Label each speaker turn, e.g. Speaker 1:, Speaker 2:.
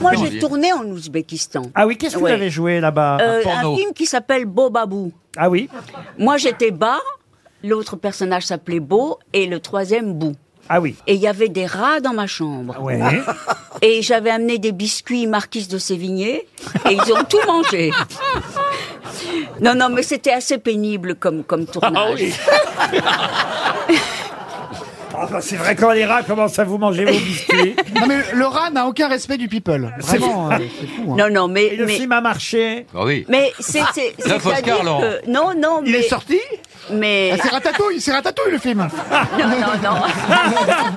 Speaker 1: Moi, j'ai tourné en Ouzbékistan.
Speaker 2: Ah oui, qu'est-ce que
Speaker 1: Ouais.
Speaker 2: vous avez joué là-bas
Speaker 1: Euh, un film qui s'appelle Bobabou.
Speaker 2: Ah oui
Speaker 1: Moi, j'étais bas, l'autre personnage s'appelait Beau, et le troisième Bou.
Speaker 2: Ah oui. Ah,
Speaker 1: Et il y avait des rats dans ma chambre.
Speaker 2: Ouais.
Speaker 1: Et j'avais amené des biscuits Marquise de Sévigné, et ils ont tout mangé. Non, non, mais c'était assez pénible comme, comme tournage.
Speaker 2: Ah bah, c'est vrai quand les rats commencent à vous manger vos biscuits.
Speaker 3: Non mais le rat n'a aucun respect du people.
Speaker 2: C'est
Speaker 3: Vraiment, euh, c'est fou. hein.
Speaker 1: Non, non, mais...
Speaker 2: Et le
Speaker 1: mais...
Speaker 2: film a marché.
Speaker 4: Ah oui.
Speaker 1: Mais c'est c'est
Speaker 4: Neuf
Speaker 1: c'est-à-dire
Speaker 4: Oscars, Laurent.
Speaker 1: que non non
Speaker 3: Il
Speaker 1: mais
Speaker 3: est sorti
Speaker 1: mais
Speaker 3: Ah, C'est Ratatouille, c'est Ratatouille le film.
Speaker 1: non non non